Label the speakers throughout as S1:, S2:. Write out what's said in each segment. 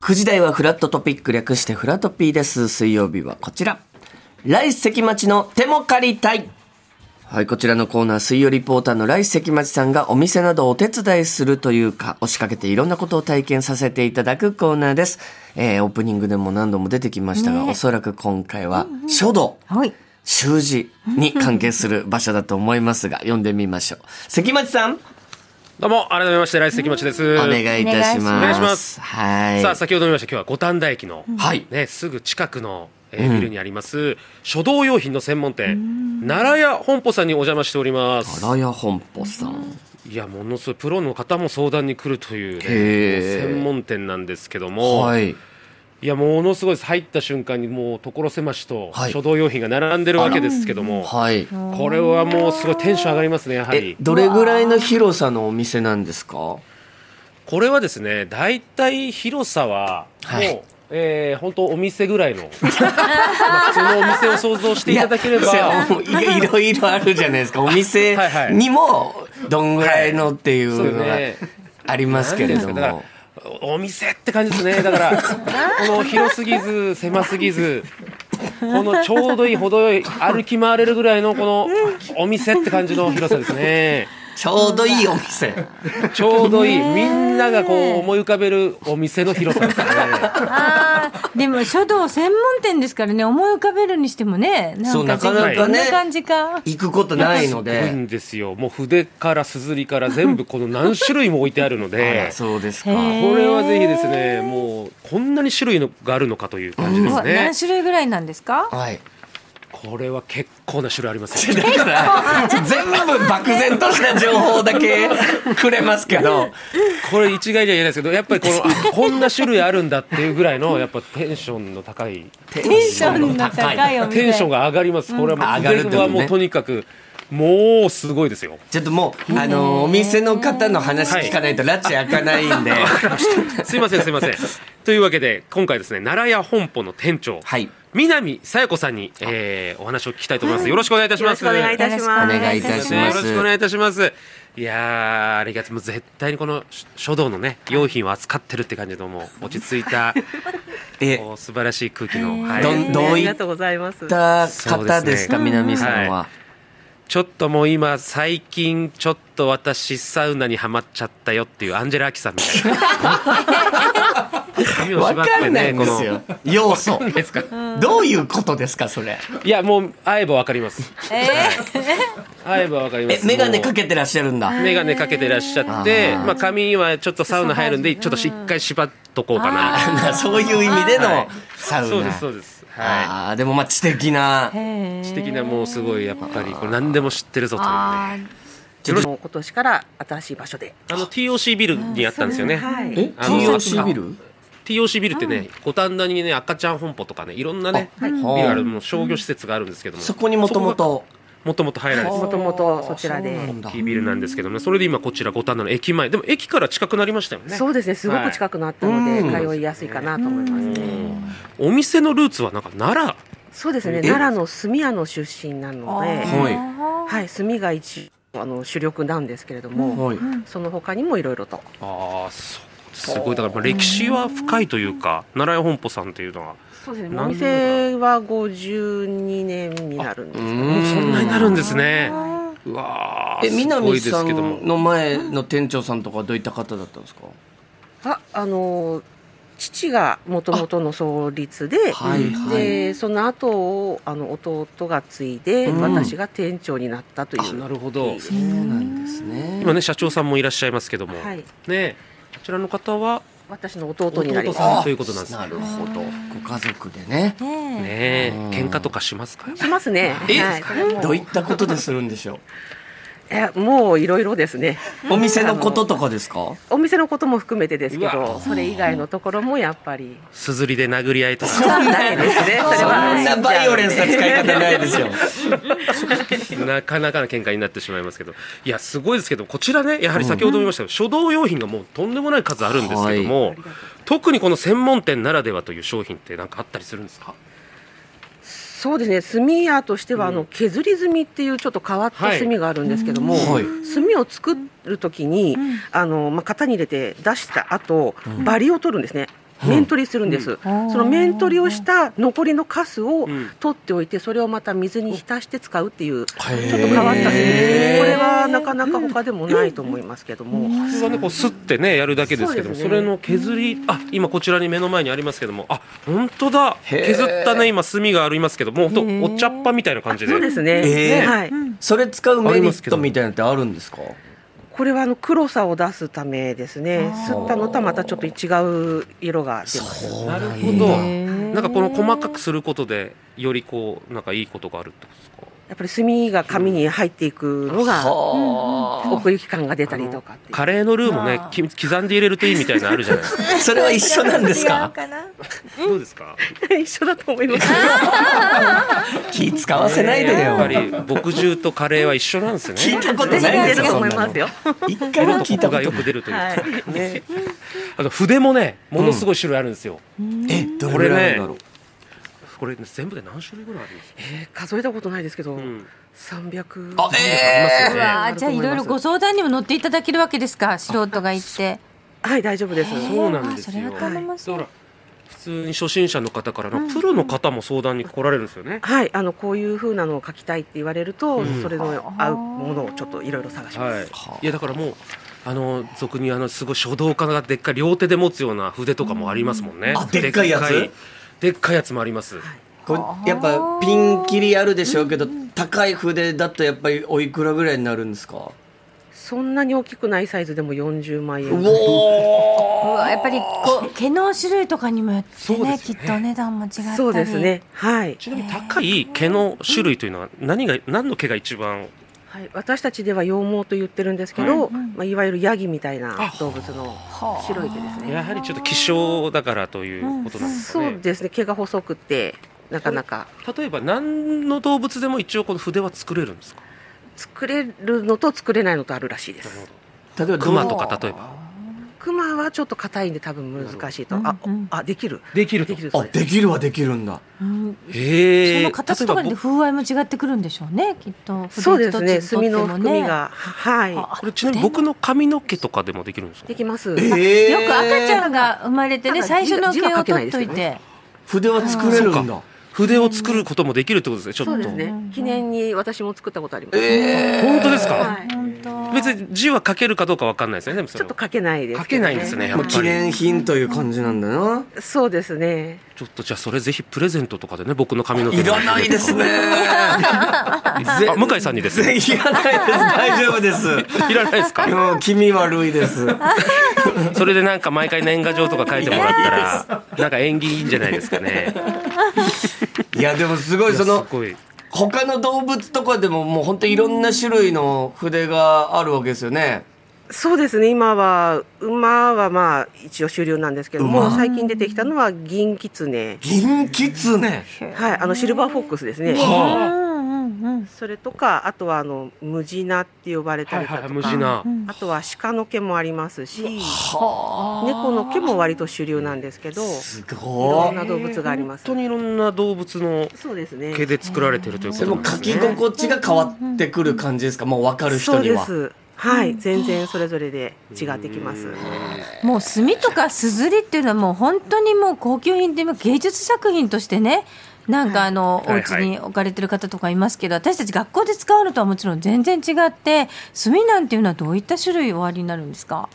S1: 9時台はフラットトピック略してフラトピーです。水曜日はこちら。来関町の手も借りたい。はい、こちらのコーナー、水曜リポーターの来関町さんがお店などをお手伝いするというか、押しかけていろんなことを体験させていただくコーナーです。えー、オープニングでも何度も出てきましたが、
S2: ね
S1: おそらく今回は書道。
S2: はい。
S1: 習字に関係する場所だと思いますが、読んでみましょう。関町さん、
S3: どうも、改めまして、ライス関町です。
S1: お願いいたします。
S3: お願いします
S1: はい。
S3: さあ、先ほど見ました、今日は五反田駅の、
S1: はい。
S3: ね、すぐ近くの、えービルにあります、書道用品の専門店、奈良屋本舗さんにお邪魔しております。
S1: ラヤ本舗さん。
S3: いや、ものすごい、プロの方も相談に来るというね、
S1: へー
S3: 専門店なんですけども、、
S1: はいい。
S3: や、ものすごいです。入った瞬間に、もう、所狭しと
S1: はい、
S3: 書道用品が並んでるわけですけども、
S1: はい。
S3: これはもう、すごいテンション上がりますね、やはり
S1: え。、どれぐらいの広さのお店なんですか
S3: これはですね、大体広さは、
S1: はい
S3: もう、えー本当お店ぐらいの、 まあ普通のお店を想像していただければ、
S1: いやもういいろいろあるじゃない ですか。お店
S3: はいはい
S1: にも、どんぐらいのっていう
S3: そう
S1: のが
S3: ね。
S1: ありますけれど
S3: なんていうん
S1: も
S3: で。すかだからおお店って感じですね。だから、この広すぎず、狭すぎず、このちょうどいい、程よい、歩き回れるぐらいの、この、お店って感じの広さですね。
S1: ちょうどいいお店。
S3: ちょうどいい、みんながこう、思い浮かべるお店の広さですね。
S2: ああ、でも書道専門店ですからね、思い浮かべるにしてもね、なんか
S1: そうなかなかね
S2: こんな感じか。
S1: 行くことないの
S3: すごい
S1: で。
S3: ん ですよもう筆からすずりから全部この何種類も置いてあるの
S1: あら
S3: で
S1: そうですか。
S2: へー
S3: これはぜひですねもうこんなに種類のがあるのかという感じですね
S2: 何種類ぐらいなんですか
S1: はい。
S3: これは結構な種類あ りますよ
S1: だから全部漠然とした情報だけくれますけど
S3: これ一概じゃ言えないですけどやっぱりこのあこんな種類あるんだっていうぐらいのやっぱテンションの高い
S1: テ
S2: テンションの高いお店。
S3: テンションが上がりますこれは
S1: う
S3: も
S1: ん
S3: う
S1: 上がるってことね
S3: 筆はもうとにかくもうすごいですよ
S1: ちょっともうあのお店の方の話聞かないとラッチ開かないんで
S3: すいませんすいませんというわけで今回ですね奈良屋本舗の店長
S1: はい
S3: 南さや子さんに、えー、お話を聞きたいと思います。よろしくお願いいたし
S4: よろ
S3: ま
S4: し
S3: す。
S4: くお願いいたします。
S1: お願いいたしま
S3: よ
S1: す
S3: ろしくお願いいたします。いやー、ありがとう。もう絶対にこの書書道のね、用品を扱ってるって感じの、もう落ち着いた、
S1: で
S3: こう素晴らしい空気の、は
S1: ど
S3: い。
S1: んどう
S4: あり
S1: い
S4: が
S1: っ
S4: とうございます。
S1: た方ですか
S3: そうですね
S1: 南さんは、
S3: ちょっともう今、最近、ちょっと私、サウナにはまっちゃったよっていうアンジェラ・アキさんみたいな。髪を
S1: わ
S3: 縛っ
S1: か
S3: て
S1: んない
S3: ね、
S1: ん
S3: こ
S1: で
S3: の
S1: す。よ要素
S3: ですか
S1: どういうことですかそれ
S3: いや、もう、会えばわかります。
S2: え
S3: 会えばわかりま
S1: え
S3: す。
S1: 眼鏡
S3: もう
S1: かけてらっしゃるんだ
S3: メガネかけてらっしゃって、
S1: あー
S3: まあ、髪にはちょっとサウナ入るんで、ちょっとしっかり縛っとこうかな。
S1: あそういう意味で
S3: は
S1: の
S3: い
S1: サウナ
S3: そうです、そうです。は
S1: あーでもまあ知的ない
S2: ー
S3: い。知的な、もうすごい、やっぱり、これ何でも知ってるぞというね。あ
S2: あー
S1: ちょっと
S4: もう今年から新しい場所で。
S3: の、TOC ビルにあったんですよね。
S4: はい。
S1: え
S3: あの
S1: TOC ビル
S3: TOC ビルってね、五反田にね、赤ちゃん本舗とかね、いろんなね、
S1: あはい
S3: ビルある、もう商業施設があるんですけども。
S1: そこにもとも
S3: そこが。
S1: と
S3: もともと入られて
S4: も
S3: た
S4: ともとそちら
S1: そうな
S4: で。
S1: んだ
S3: いいビルなんですけどもね、それで今こちら五反田の駅前。でも駅から近くなりましたよね。
S4: そうですね。すごく近くなったので、
S1: はい
S4: 通いやすいかなと思います。
S3: お店のルーツはなんか奈良。
S4: そうです
S1: え
S4: ね。奈良の住屋の出身なので、
S1: はい
S4: はい、住が一あの主力なんですけれども、
S1: はい
S4: その他にもいろいろと。
S3: ああそうすごいだからまあ歴史は深いというか奈良屋本舗さんというのは
S4: そうです
S3: ね
S4: お店は52年になるんですけ
S1: う
S4: ど
S3: もうそんなになるんですね
S2: あ
S3: うわ
S1: え
S3: ーすご
S1: 南
S3: いで
S1: さ
S3: すけど
S1: ん
S3: も
S1: の前の店長さんとかはどういった方だったんですか
S4: ああの父がもともとの創立で、
S1: はいはい
S4: でその後をあの弟が継いで、
S1: うん
S4: 私が店長になったという
S3: なるほど
S1: そうなんですね
S3: 今ね社長さんもいらっしゃいますけども、
S4: はい、
S3: ねこちらの方は
S4: 私の弟になります
S3: 弟さんということなんですね
S1: なるほどご家族でね
S2: ーね
S3: ね
S1: うん
S3: 喧嘩とかしますか
S4: しますね
S1: え、
S4: はい、これも
S1: どういったことでするんでしょ
S4: えもういろいろですね
S1: うお店のこととかですか
S4: お店のことも含めてですけ
S3: う
S4: ど
S3: わ
S4: それ以外のところもやっぱり
S3: すずりで殴り合いとか
S4: ないですね
S1: そ
S4: それは
S1: んなバイオレンスな使い方ないですよ
S3: なかなかな喧嘩になってしまいますけどいやすごいですけどこちらねやはり先ほども言いましたけど、書道用品がもうとんでもない数あるんですけども、特にこの専門店ならではという商品って何かあったりするんですか
S4: そうですね炭屋としては、あの削り炭っていうちょっと変わった
S3: はい
S4: 炭があるんですけども、
S1: はい
S4: 炭を作る時に、あのまあ、型に入れて出した後、バリを取るんですね面取りするんです、
S2: うん
S4: その面取りをした残りのカスを
S3: うん
S4: 取っておいてそれをまた水に浸して使うっていうち
S3: はい
S4: ょっと変わった製
S1: へー
S4: 品これはなかなか他でもないと思いますけども、
S3: 普通はねこうすってねやるだけですけどもそ,、
S4: そうですね
S3: れの削りあ今こちらに目の前にありますけどもあ本当だ
S1: へー
S3: 削ったね今炭がありますけども
S2: へ
S3: 本
S2: ー
S3: 当お茶っ葉みたいな感じで
S4: そうですね、
S1: えー
S4: はい、
S1: それ使うメリットみたいなのってあるんですか
S4: これはあの黒さを出すためですね
S2: あー
S4: 吸ったのとはまたちょっと違う色が出ます
S1: う
S3: なる
S1: な
S3: ほ
S1: ん
S3: ど
S1: や
S3: なんかこの細かくすることでよりこうなんかいいことがあるってことですか
S4: やっぱり炭が紙に入っていくのが
S1: はあ
S4: 奥行き感が出たりとかっていう
S3: カレーのルーもね
S2: あー
S3: き刻んで入れるといいみたいなのあるじゃないですか
S1: それは一緒なんですか
S5: 違うな
S3: どうですか
S4: 一緒だと思います。
S1: 気使わせないでよ
S3: やっぱり牧汁とカレーは一緒なんですね
S1: 聞いたことないですよ
S4: と
S1: そ
S4: 思
S1: ん
S4: い
S1: な
S4: ます
S1: の
S4: よ。
S1: 一回も聞いた
S3: 音
S1: こ
S3: が
S1: と
S3: よ
S1: ない
S3: く出るというか、
S4: はい。
S1: ね
S3: あと筆もねものすごい種類あるんですよ、
S1: えどれぐらいあるんだろう
S3: これ、ね、全部で何種類ぐらいありますか、
S4: えー数えたことないですけど
S3: う、ん
S4: 三百。
S1: あえ
S3: あり
S2: う
S3: ま
S2: わーじゃあいろいろご相談にも乗っていただけるわけですか素人が行って
S4: はい、大丈夫です。
S3: すよねそうなんです
S2: あそれ
S3: よ
S2: は頼もしい
S3: だから普通に初心者の方からのプロの方も相談に来られるんですよね、
S4: はい、あのこういう風なのを書きたいって言われると、
S3: うん
S4: それの合うものをちょっといろいろ探します。
S1: は
S3: はい、いやだからもうあの俗にあのすごい書道家がでっかい両手で持つような筆とかもありますもんね、
S1: あでっかいやつ
S3: でっかでっかいやつもあります、
S1: これやっぱピンキリあるでしょうけど高い筆だとやっぱりおいくらぐらいになるんですか
S4: そんなに大きくないサイズでも四十万
S1: う
S4: 円。
S1: おー
S2: うわやっぱりこう毛の種類とかにもよって
S3: そう
S2: ね
S3: です
S2: き
S3: よ
S2: っ
S3: ね
S2: とお値段も違ったり
S4: そうですね。はい。
S3: ちなみに高い毛の種類というのは何が何の毛が一番
S4: はい、私たちでは羊毛と言ってるんですけど、
S2: はい
S4: まあいわゆるヤギみたいな
S3: あ
S4: 動物の
S2: はあ
S4: 白い毛ですね。
S3: やはりちょっと希少だからということなんですか
S4: そう
S3: ね。
S4: ですね。毛が細くてなかなか。
S3: 例えば何の動物でも一応この筆は作れるんですか。
S4: 作れるのと作れないのとあるらしいで
S3: なるほ
S4: す
S3: ど
S1: 例えば
S3: 熊とか例えば
S4: クマはちょっと硬いんで多分難しいと
S2: な
S4: あ
S2: るほどうんうん
S4: あできる
S3: できる
S4: で
S3: と
S4: き。るそ
S1: あ
S4: うです
S1: できるはできるんだ
S2: うん
S3: へ
S2: そ
S3: え。
S2: の形とかで
S3: 例えば
S2: 風合いも違ってくるんでしょうねきっと
S4: そうですね
S2: 筆
S4: 墨
S2: 一つにと
S4: の
S2: っても
S4: 含みがははい
S2: あ
S3: 僕これちなみに僕の髪の毛とかでもできるんですか
S4: で。きます
S1: え
S2: よく赤ちゃんが生まれてね
S4: なんか
S2: 最初の
S4: 字
S2: 毛
S4: が
S2: を
S4: 書けない
S2: 取っと
S4: ですけ
S2: い
S4: ど
S2: て
S4: ね
S1: 筆は作れるんだ
S3: 筆を作ることもできるってことですね。ちょっと。
S4: そうですね記念に私も作ったことあります
S1: え
S3: 本当ですか。
S4: はい
S2: 本当
S3: 別に字は書けるかどうかわかんないですよね。でもそ
S4: ち
S3: れ
S4: ょっ
S3: は
S4: と書けないです
S3: 書けないんですね。やっ
S1: も
S3: ぱ
S1: う
S3: り。
S1: 記念品という感じなんだな
S4: そうですね
S3: ちょっとじゃあそれぜひプレゼントとかでね僕の髪の毛
S1: いらないですね
S3: あ向井さんにですね。
S1: いらない です大丈夫です
S3: いらないですか。
S1: うん気味悪いです
S3: それでなんか毎回年賀状とか書いてもらったら、なんか縁起いいんじゃないですかね。
S1: いやでもす ごいそ
S3: いや
S1: の
S3: すごい。
S1: 他の動物とかでももう本当いろんな種類の筆があるわけですよね。
S4: そうですね今は馬はまあ一応終了なんですけども
S1: 馬
S4: 最近出てきたのは銀キツネ
S1: 銀キツネ。
S4: はいあのシルバーフォックスですね
S2: うん
S3: は
S2: うんうん
S4: それとかあとはあのムジナって呼ばれ
S3: あ、
S4: た
S3: はい
S4: りだ
S3: はい
S4: と
S3: はい、
S4: か
S3: 無事な
S2: う。ん
S4: あとは鹿の毛もありますし、
S1: は
S4: 猫の毛も割と主流なんですけど、い
S1: あ。す
S4: ろ
S1: ご
S4: ん
S1: い。
S4: な動物があります
S3: 本。当にいろんな動物の
S4: そうですね。
S3: 毛で作られてるというこ
S1: それ
S3: と
S1: も
S3: なんで
S1: 書
S3: す
S1: き
S3: ね。
S1: 心地が変わってくる感じですか。もう分かる人
S4: そう
S1: に
S4: で
S1: は。
S4: す。はい、全然それぞれで違ってきます。
S2: もう墨とかすずりっていうのはもう本当にもう高級品でも芸術作品としてねなんかあの、
S3: はい
S2: お家に置かれてる方とかいますけど私たち学校で使うのとはもちろん全然違って墨なんていうのはどういった種類おありになるんですか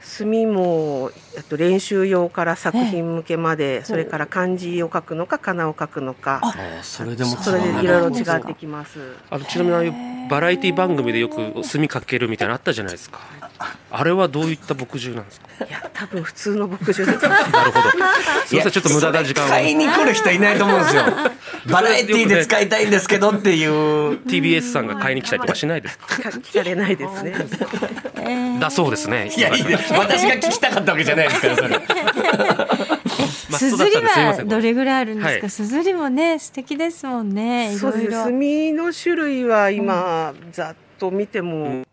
S4: 墨もえっと練習用から作品向けまで、それから漢字を書くのか仮名を書くのか、
S1: ああそれでも
S4: それでい
S1: 変わ
S4: ろ
S1: ら
S4: いろ
S1: ない
S4: 違ってきます。
S3: あのちなみにああいうバラエティ番組でよく墨かけるみたいなのあったじゃないですか。あれはどういった牧汁なんですか。
S4: いや、多分普通の牧場だと思い ます
S3: なるほど。すみません、ちょっと無駄な時間
S1: いやそれ買い
S3: を。
S1: に来る人いないと思うんです よ。バラエティで使いたいんですけどって いう。
S3: TBS さんが買いに来たりとかしないですか。
S4: か聞かれないですね。
S2: えー
S3: だそうですね。
S1: いやいいね 私が聞きたかったわけじゃないですからそれ。
S3: まあ
S2: すずり
S3: そうだったんです
S2: は
S3: みま
S2: ど
S3: せん
S2: れぐらいあるんです
S3: は
S2: か
S3: い
S2: すずりもね素敵ですもんねい
S4: そう
S2: ろ
S4: で
S2: い
S4: すね
S2: ろ
S4: 墨の種類は今、ざっと見ても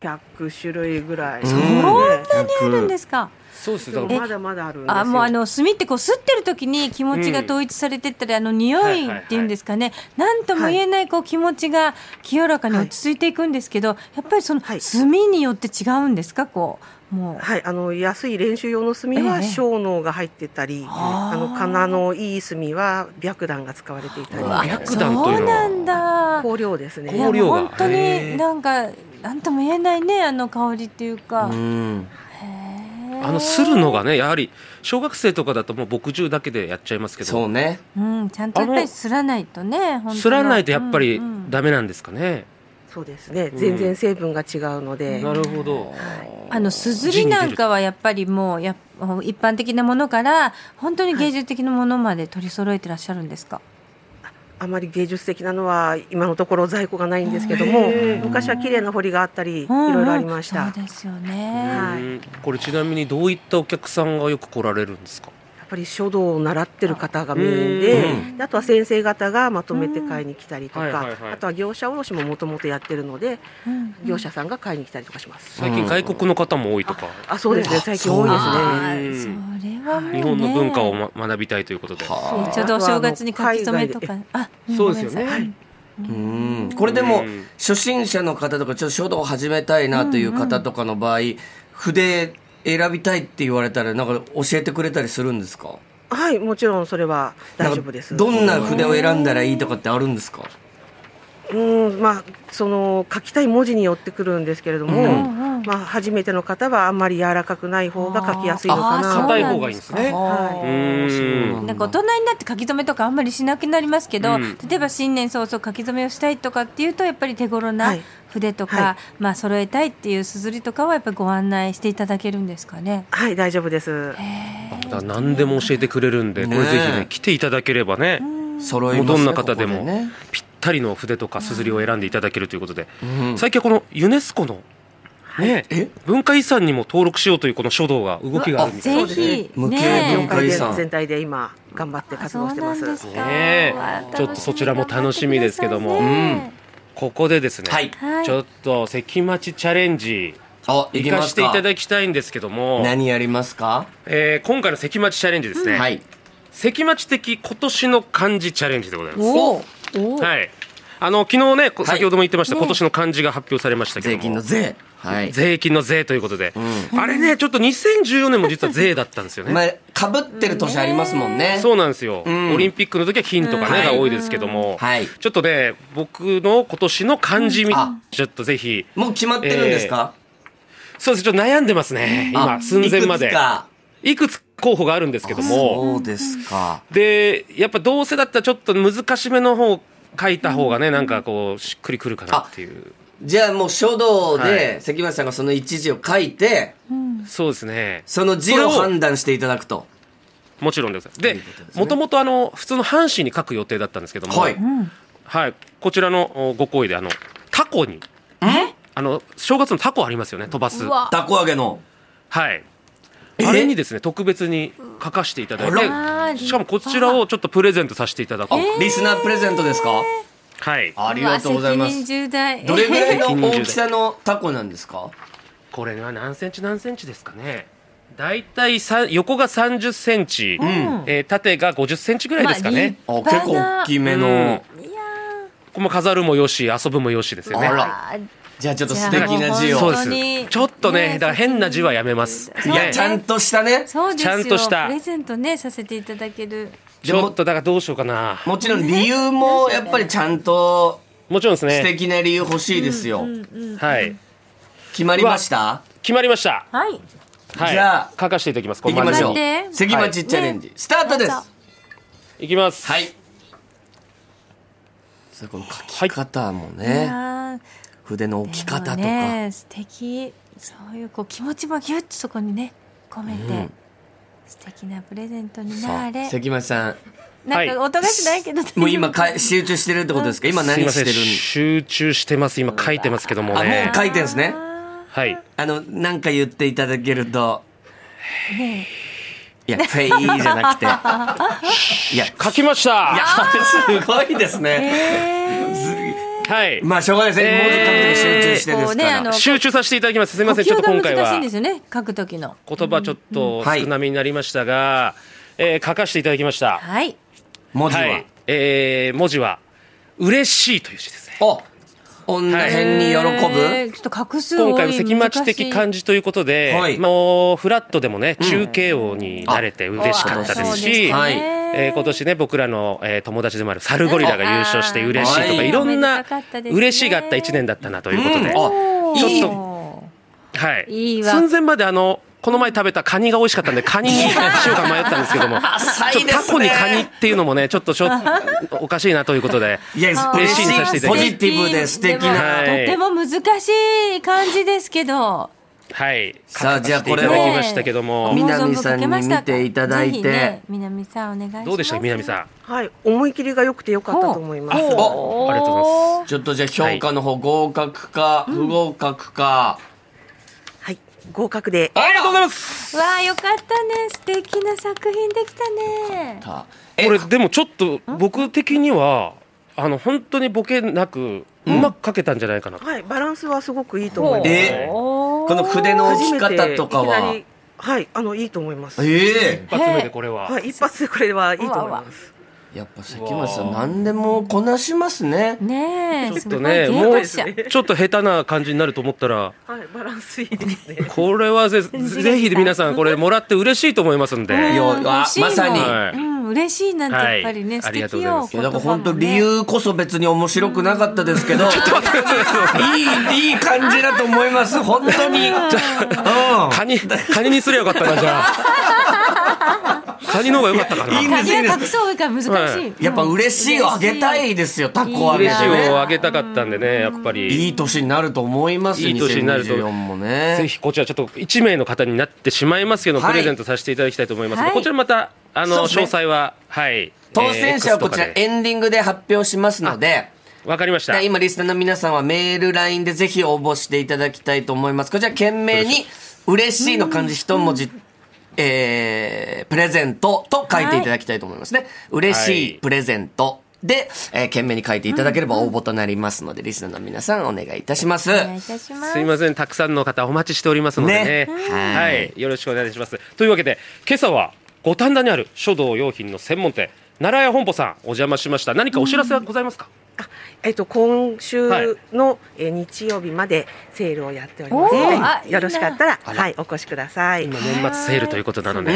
S4: 100種類ぐらい、
S1: うん
S4: ね
S2: 本当にあるんですか
S3: そうです
S4: でも
S3: ね。
S4: まだまだあるんですよ。
S2: あもうあの炭ってこう吸ってる時に気持ちが統一されてったり、あの匂いっていうんですかね、なんとも言えないこう気持ちが清らかに落ち着いていくんですけど、やっぱりその
S4: は
S2: 炭
S4: い
S2: によって違うんですかこうもう。
S4: はい、あの安い練習用の炭
S2: え
S4: は
S2: え
S4: 小脳が入ってたり、
S2: あー
S4: あの金のいい炭は白檀が使われていたり
S1: うわ
S3: 白
S2: そ
S3: 檀という
S2: う
S3: の
S2: な
S3: は
S2: んだ。
S4: 香料です
S2: い
S4: ね
S2: や
S3: 香料
S2: も
S3: が
S2: う本当
S3: へ
S2: に
S3: ー
S2: なんかなんとも言えないねあの香りっていうか。
S1: うん
S2: あ
S3: あのするのがねやはり小学生とかだともう牧汁だけでやっちゃいますけ
S1: そう
S3: ど、
S1: ね
S2: うん、ちゃんとやっぱりすらないとね、本当の
S3: すらないとやっぱり
S2: うんうん
S3: ダメなんですかね。
S4: そうですね
S3: うん
S4: 全然成分が違うので、
S3: なるほど。
S2: あのすずりなんかはやっぱりもうや一般的なものから本当に芸術的なものまで取り揃えてらっしゃるんですか。
S4: あまり芸術的なのは今のところ在庫がないんですけども
S3: へ
S1: ー
S4: 昔は綺麗な堀があったりい
S2: うんうん
S4: ろいろありました、
S2: そうですよ
S3: う
S2: ね。
S4: はい
S3: んこれちなみにどういったお客さんがよく来られるんですか。
S4: やっぱり書道を習ってる方がメインで,、
S1: うん
S4: であとは先生方がまとめて買いに来たりとか、
S3: うんはいはいはい
S4: あとは業者卸ももともとやってるので
S2: うん
S4: 業者さんが買いに来たりとかします、
S3: 最近外国の方も多いとか、
S4: あそうですね最近多いですね
S2: あーそれはもうね
S3: 日本の文化を、ま学びたいということで。
S1: はあ
S2: ちょうどお正月に書き初めとか。あ、ん
S3: そうですよね
S2: ごめんなさい
S1: うんこれでも
S3: うん
S1: 初心者の方とかちょっと書道を始めたいなという方とかの場合、筆選びたいって言われたらなんか教えてくれたりするんですか
S4: はい、もちろんそれは大丈夫です。
S1: なんかどんな筆を選んだらいいとかってあるんですか
S4: うん、まあその書きたい文字によってくるんですけれども、
S1: うん
S2: うんうん
S4: まあ初めての方はあんまり柔らかくない方が書きやすいのか
S2: あー
S4: な。
S2: そう
S3: 硬い
S2: な
S3: 方
S2: ん
S3: がい
S2: で
S3: いんですす
S2: か
S3: ね。
S4: は
S1: あーそ
S3: うん
S1: う
S2: なん
S1: だ
S2: か大人になって書き初めとかあんまりしなくなりますけど、
S3: うん
S2: 例えば新年早々書き初めをしたいとかっていうとやっぱり手頃
S4: は
S2: ない筆とか、
S4: は
S2: まあ揃えたいっていうすずりとかはやっぱりご案内していただけるんですかね。
S4: はい、大丈夫です。
S3: あだから何でも教えてくれるんで、これぜひ
S1: ねえ
S3: ね来ていただければね、
S1: 揃いますね
S3: もうどんな方でも
S1: ここね
S3: ぴったりの筆とか硯を選んでいただけるということで、
S1: うん
S3: 最近はこのユネスコの、ね
S1: え
S3: 文化遺産にも登録しようというこの書道が動きがあるみた
S2: ぜ
S3: いな
S2: ひ
S1: 無形文
S4: 業
S2: ね
S1: 化
S4: 界
S1: 遺
S4: で
S1: 産
S4: 全体で今頑張って活動してま。
S2: あそうなんですすか
S3: ねえ
S2: わあ
S3: ちょっとそちらも楽しみですけども
S2: 楽しみに頑張ってくださいね
S3: ここでですね、
S1: はい
S2: はい
S3: ちょっと関町チャレンジ
S1: あい
S3: 行
S1: き
S3: か
S1: ま
S3: せ
S1: す
S3: てい
S1: か
S3: ただきたいんですけども、
S1: 何やりますか
S3: えー今回の関町チャレンジですね、
S1: はい
S3: 関町的今年の漢字チャレンジでございます。
S2: おおおお、
S3: はいあの昨日ね、こ
S1: い
S3: 先ほども言ってました、
S2: ね
S3: 今年の漢字が発表されましたけ
S1: 税
S3: ども、
S1: 金の税はい
S3: 税金の税ということで、
S1: う
S3: あれねちょっと2014年も実は税だったんですよ ね、
S1: まあかぶってる年ありますもんね
S3: そうなんですよ、
S1: ん
S3: オリンピックの時は金とかね、
S1: うん
S3: が多いですけども、
S1: はい
S3: ちょっとね僕の今年の漢字み、
S1: あ
S3: ちょっとぜひ
S1: もう決まってるんですか
S3: そうですちょっと悩んでますね
S1: あ
S3: 今寸前ま
S1: い
S3: で
S1: くつか
S3: いくつか候補があるんですけども
S1: そうですか
S3: でやっぱどうせだったらちょっと難しめの方書いた方がねなんかこうしっくりくるかなっていう
S1: じゃあもう書道
S3: は
S1: で関町さんがその一字を書いて
S2: うん
S3: そうですね
S1: その字を判断していただくと
S3: もちろんでございます
S1: とい
S3: で
S1: うことですね
S3: もともとあの普通の半紙に書く予定だったんですけども、
S1: はい
S2: うん、
S3: はい、こちらのおご好意であのタコにあの正月のタコありますよね飛ばす
S2: うわ
S1: たこ揚げの
S3: はい
S1: え
S3: あれにですね特別に書かせていただ
S1: あら
S2: あ
S3: い
S2: ー
S3: てしかもこちらをちょっとプレゼントさせていただく、
S1: あリスナープレゼントですか
S3: はい
S1: ありがとうございま
S2: うわ責任
S1: す
S2: 重大
S1: どれぐらいの大きさのタコなんですか
S3: これは何センチ何センチですかねだいたいさ横が30センチ、
S2: ん
S3: えー縦が50センチぐらいですかね、
S1: あ結構大きめの
S2: いや
S3: これも飾るもよし遊ぶもよしですよね
S1: あら
S2: ー
S1: じゃあちょっと素敵な字
S2: いや
S1: を
S3: そう
S2: 本当に
S3: ですちょっとね
S2: ね
S3: だから変な字はやめます、
S2: 責
S1: い
S2: 任
S1: や
S3: ね
S1: ちゃんとしたね
S2: そうですよ
S3: ちゃんとした
S2: プレゼントねさせていただける
S3: ちょっとだからどうしようかな
S1: もちろん理由もやっぱりちゃんと
S3: もちろんです
S1: 素
S3: ね
S1: 敵な理由欲しいですよ
S3: はい
S1: 決まりました
S3: 決まりました
S2: はい
S3: はい、
S1: じゃあ
S3: 書かせていただきます。
S1: 行きましょ
S2: 頑張っ
S1: う
S2: て
S1: 関町チャレンジスタートです
S3: う。いきます。
S1: はい。それこの書き方もね、
S2: あー
S1: 筆の置き方とか、
S2: でもね素敵そういうこう気持ちもぎゅっとそこにね込めて、
S1: うん
S2: 素敵なプレゼントに
S1: さ
S2: な
S1: あ
S2: れ
S1: 関町さん
S2: なん
S3: はい
S2: か音がしないけど、
S1: もう今か集中してるってことですか今
S3: す
S1: 何
S3: いま
S1: し
S3: せん。
S1: てる
S3: 集中してます。今書いてますけども
S1: あも
S3: ね
S1: う。書いてんですね
S2: あ
S3: はい。
S1: あのなんか言っていただけると
S2: ーね
S1: いやフェイじゃなくて いやい
S3: 書きました。
S1: やすごいですね、
S2: ええー
S3: はい。
S1: まあしょうがないですね。文字書くとき集中してですから。
S2: あの
S3: 集中させていただきます。すみません、ちょっと
S2: 呼
S3: 今
S2: 吸
S3: 回
S2: が難しい
S3: は
S2: んですよね書く時の
S3: 言葉ちょっと
S1: はい
S3: 少なめになりましたが、えー書かせていただきました。
S2: はい
S1: 文字は。
S3: はい。えー文字は嬉しいという字ですね。
S1: お女変に喜
S2: え
S1: ぶ。
S2: ーちょっと画数多い
S3: 今回の関町的
S2: 難しい
S3: 漢字ということで、
S1: はい
S3: もうフラットでもね中継王になれて嬉しかったです
S2: そうで
S3: し、
S2: すね
S1: はい
S3: えー今年ね僕らの、えー友達でもあるサルゴリラが優勝して嬉しいとか
S1: はい
S3: いろん
S2: おめ
S3: な
S2: でたかったですね
S3: 嬉しがった1年だったなということで、
S1: うんあ
S3: ちょっと
S1: いい
S3: はい
S2: いいわ
S3: 寸前まであのこの前食べたカニが美味しかったんでカニにしようか迷ったんですけ ども
S1: 浅
S3: ちょっ
S1: い
S3: と
S1: で
S3: タ
S1: す
S3: コに
S1: ね。
S3: カニっていうのもねちょっとしょ おかしいなということで
S1: いや嬉しい
S3: 嬉しいにさせていただきま
S1: ポ
S3: す
S1: ジティブで素敵
S2: も
S1: な。
S3: はい
S2: とても難しい漢字ですけど
S3: はい
S1: さあじゃあこれ
S3: 書かせていただき
S1: を
S3: ましたけども、
S1: ね
S2: 思う存分書け
S1: 南さ
S2: ました
S1: んに見ていただいて
S2: ぜひね南さんお願いします
S3: どうでした南さん
S4: はい、思い切りが良くて良かったと思います。
S1: お
S3: おありがとうございます
S1: ちょっとじゃあ評価の方合格か不合格か。
S4: はい、合格で。
S1: ありがとうございます。
S2: わあよかったね素敵な作品できたね
S1: え
S3: これでもちょっと僕的にはあの本当にボケなくうまく書けたんじゃないかなと、
S4: はい、バランスはすごくいいと思います。
S1: え
S2: こ
S1: この筆の置き方とか
S4: 初
S1: は
S4: めていきなり。はい、あのいいと思います。
S1: ええ
S3: 一発目でこれは、
S4: はい、一発でこれはいいと思います。
S1: やっぱ関町さん何でもこなしますね
S2: ねえ
S3: ちょっ
S2: すご
S3: と
S2: い
S3: ね
S2: 芸
S3: も
S2: 能
S3: う
S2: 者
S3: ちょっと下手な感じになると思ったら
S4: はい、バランスいいですね。
S3: これはぜぜひ皆さんこれもらって嬉しいと思いますんで、
S1: いや
S2: うん
S1: あ
S2: 嬉しいの
S1: まさに
S3: はい
S2: うん嬉しいなんてやっぱりね、
S3: はい
S2: 素
S3: ありがとう
S2: 敵
S3: ございま
S2: よ
S3: す
S1: いやだから本当理由こそ別に面白くなかったです けど、いいいい感じだと思います本当に、うん、
S3: カニカニにすりゃよかったなじゃあカニの方がよかったかない
S1: いね
S2: 鍵は隠そう多いから難しい、
S3: はい
S2: うん
S1: やっぱ嬉しいをあげたいですよタコあげ
S3: 嬉しい
S1: て
S3: を
S1: ね
S3: あげたかったんでねやっぱり
S1: いい年になると思います
S3: いい年になると
S1: 2024もね
S3: ぜひこちらちょっと1名の方になってしまいますけど、
S1: はい
S3: プレゼントさせていただきたいと思いますので、
S2: はい
S3: こちらまたあ
S1: そう
S3: の、
S1: ですね
S3: 詳細ははい
S1: 当選者はこちら
S3: えー X とかで
S1: エンディングで発表しますので
S3: わかりました
S1: だから今リスナーの皆さんはメール、LINE でぜひ応募していただきたいと思います。こちら懸命に嬉しいの漢字一文字、えー、プレゼントと書いていただきたいと思いますね。嬉し
S3: はい
S1: いプレゼントで、えー、懸命に書いていただければ応募となりますので、リスナーの皆さんお願いいたします。
S2: お願いいたします
S3: すいませんたくさんの方お待ちしておりますのでね
S1: ね
S3: はい、よろしくお願いしますというわけで今朝は五反田にある書道用品の専門店奈良屋本舗さんお邪魔しました何かお知らせはございますか、
S4: えっと今週
S3: はい
S4: のえー日曜日までセールをやっており
S2: お
S4: ます
S2: ーあ
S4: の
S2: いい
S4: で、
S2: な
S4: よろしかったらはいお越しください。
S3: 今年末セールということなので、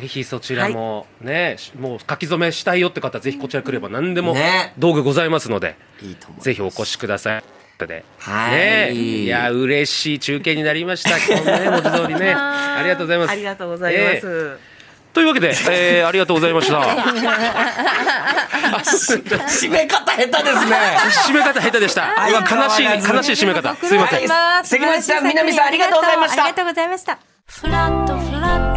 S3: ぜひそちらもね、もう書き初めしたいよって方ぜひこちら来れば何でも
S1: ね
S3: 道具ございますので、
S1: いいと思います
S3: ぜひお越しください。で
S1: はい
S3: ね、いや嬉しい中継になりました。 このね文字通りね、ありがとうございます。
S4: ありがとうございま
S3: えー
S4: す。
S3: というわけで、えーありがとうございました。
S1: 締め方下手ですね。
S3: 締め方下手でした。うわ悲しい悲しい締め方。すいません。
S1: 関町さん南さんありがとうございました
S2: ありがとうございましたフラットフラッ